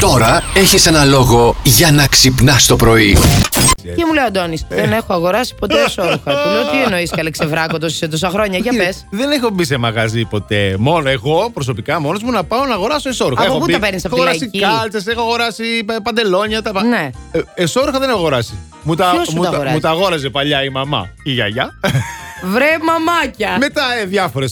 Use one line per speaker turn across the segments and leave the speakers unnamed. Τώρα έχεις ένα λόγο για να ξυπνάς το πρωί.
Και μου λέει ο Αντώνης, δεν
Ε.
έχω αγοράσει ποτέ σόρουχα. Του λέω, τι εννοείς καλέ ξεβράκοντο είσαι τόσα χρόνια, για πες.
Ε, Δεν έχω μπει σε μαγαζί ποτέ. Μόνο εγώ προσωπικά μόνος μου να πάω να αγοράσω εσόρουχα.
Από
Έχω
πού
μπει,
τα παίρνεις, από
Έχω
τη
αγοράσει
λαϊκή?
κάλτσες, έχω αγοράσει πα- παντελόνια. Τα... πα-
Ναι.
Ε, εσόρουχα δεν έχω αγοράσει. Μου τα,
Ποιος σου
μου,
τα
τα-
αγοράζει?
μου τα αγόραζε παλιά η μαμά, η γιαγιά.
Βρε μαμάκια.
Μετά ε, διάφορες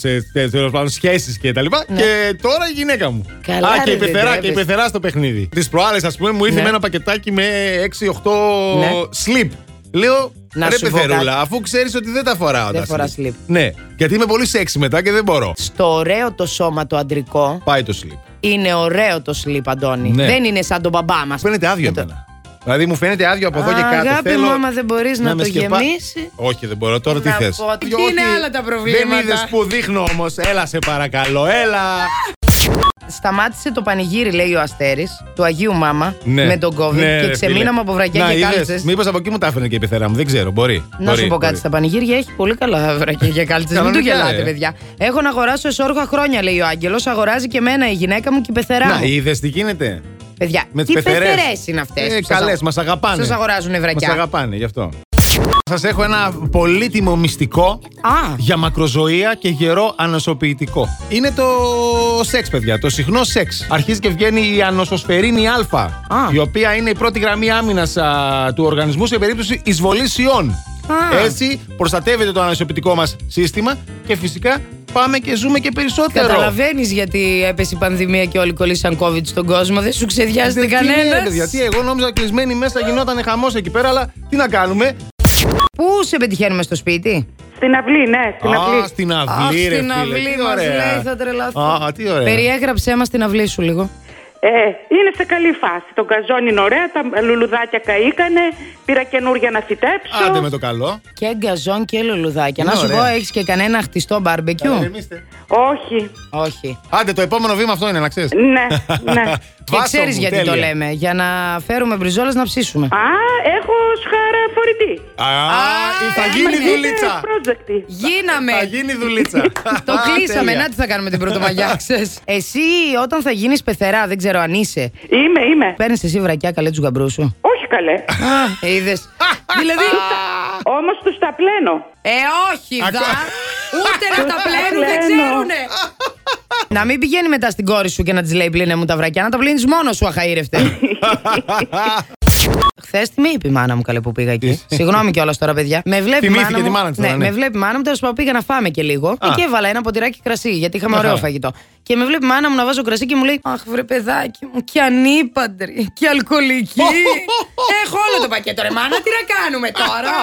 σχέσεις και τα λοιπά.
Ναι.
Και τώρα η γυναίκα μου.
Καλά,
Α,
ρε,
και η
δεν
πεθερά, και η
τρέπεσαι.
πεθερά στο παιχνίδι. Τι προάλλες, ας πούμε, μου ήρθε
Ναι.
με ένα πακετάκι με 6-8
Ναι.
slip. Λέω,
Να
ρε
σου πω
πεθερούλα,
κάτι.
αφού ξέρεις ότι δεν τα φοράω.
Δεν
τα
φοράς slip.
Ναι, γιατί είμαι πολύ σεξι μετά και δεν μπορώ.
Στο ωραίο το σώμα το αντρικό
Πάει το slip.
είναι ωραίο το σλίπ, Αντώνη.
Ναι.
Δεν είναι σαν τον μπαμπά Ε, μα.
Μου Φαίνεται άδειο εμένα. Δηλαδή μου φαίνεται άδειο από εδώ και κάτω.
Αγάπη
Θέλω
μου, άμα δεν μπορείς να,
με
το
σκεπά-
γεμίσεις.
Όχι, δεν μπορώ. Τώρα τι
Να
θε.
πω ότι είναι άλλα τα προβλήματα.
Δεν είδες που δείχνω όμως. Έλα σε παρακαλώ, έλα.
Σταμάτησε το πανηγύρι, λέει ο Αστέρης, του Αγίου Μάμα,
Ναι.
με τον COVID
Ναι,
και
ρε,
ξεμείναμε
φίλε.
από βρακιά
Να,
και
είδες.
κάλτσες.
Μήπως από εκεί μου τα έφερε και η πεθερά μου, δεν ξέρω. Μπορεί.
Να σου πω κάτι. Στα πανηγύρια έχει πολύ καλά βρακιά για κάλτσες. Μην του
Κανονικά,
γελάτε,
ε.
παιδιά. Έχω να αγοράσω εσόρουχα χρόνια, λέει ο Άγγελος. Αγοράζει και εμένα η γυναίκα μου και η πεθερά
Να,
μου.
είδες τι γίνεται.
Παιδιά,
Με
τις
τις πεθερές.
πεθερές είναι αυτές.
Ε, καλέ, μας αγαπάνε.
Σας αγοράζουν
Μα
βρακιά.
αγαπάνε, γι' αυτό. Σας έχω ένα πολύτιμο μυστικό
Α,
για μακροζωία και γερό ανοσοποιητικό. Είναι το σεξ, παιδιά. Το συχνό σεξ. Αρχίζει και βγαίνει η ανοσοσφαιρίνη Α, η οποία είναι η πρώτη γραμμή άμυνας του οργανισμού σε περίπτωση εισβολής ιών.
Α.
Έτσι προστατεύεται το ανοσοποιητικό μας σύστημα και φυσικά πάμε και ζούμε και περισσότερο.
καταλαβαίνεις γιατί έπεσε η πανδημία και όλοι κολλήσαν COVID στον κόσμο. Δεν σου ξεδιάζεται
Ε, Τι είναι,
κανένα.
παιδιά, τι, εγώ νόμιζα κλεισμένοι μέσα γινόταν χαμός εκεί πέρα, αλλά τι να κάνουμε.
Πού σε πετυχαίνουμε στο σπίτι,
Στην αυλή, ναι, στην αυλή.
Α, στην
Αχ,
αυλή, ρε
στην
φίλε,
αυλή
τι
μα
ωραία.
λέει, θα τρελαθώ.
Α, τι ωραία.
Περιέγραψέ μας την αυλή σου λίγο.
Ε, είναι σε καλή φάση. Το καζόν είναι ωραία, τα λουλουδάκια καήκανε. Πήρα καινούργια να φυτέψω.
Άντε με το καλό.
Και γκαζόν και λουλουδάκια.
Είναι
Να σου
ωραία.
πω, έχεις και κανένα χτιστό μπαρμπεκιού.
Ηρεμήστε.
Όχι.
Όχι.
Ε, Άντε, το επόμενο βήμα αυτό είναι, να ξέρεις.
Ναι, ναι.
Και ξέρει γιατί το λέμε. Για να φέρουμε μπριζόλες να ψήσουμε.
Α, έχω σχαραφορητή.
Α, θα γίνει
μα,
δουλίτσα.
Είναι πρόσδεκτη.
Γίναμε.
Θα γίνει δουλίτσα.
Ναι. Το
Α,
κλείσαμε.
τέλεια.
Να τι θα κάνουμε την πρωτομαγιά, ξέρεις. Εσύ όταν θα γίνεις πεθερά, δεν ξέρω αν είσαι.
Είμαι, είμαι.
Παίρνεις εσύ βρακιά καλέ τους γαμπρούς σου.
Όχι καλέ.
Α, είδες. δηλαδή.
Όμως τους τα πλένω.
Ε, όχι,
Ακού-
δα. Ούτε να τα πλένουν, δεν
πλένω.
ξέρουνε. Να μην πηγαίνει μετά στην κόρη σου και να της λέει πλύνε μου τα βρακιά, να τα πλύνεις μόνος σου, αχαήρευτε. Χθες τι με είπε η μάνα μου, καλέ που πήγα εκεί. Συγγνώμη κιόλας τώρα, παιδιά. Με βλέπει η
Θυμήθηκε
μάνα μου.
τη μάνα της
ναι,
τώρα, ναι.
με βλέπει η μάνα μου, τέλος πάντων πήγα να φάμε και λίγο.
Α.
Και έβαλα ένα ποτηράκι κρασί, γιατί είχαμε
Μια
ωραίο
χαρά.
φαγητό. Και με βλέπει η μάνα μου να βάζω κρασί και μου λέει Αχ, βρε παιδάκι μου, και ανύπαντρη, και αλκοολική. Έχω όλο το πακέτο, ρε μάνα, τι να κάνουμε τώρα.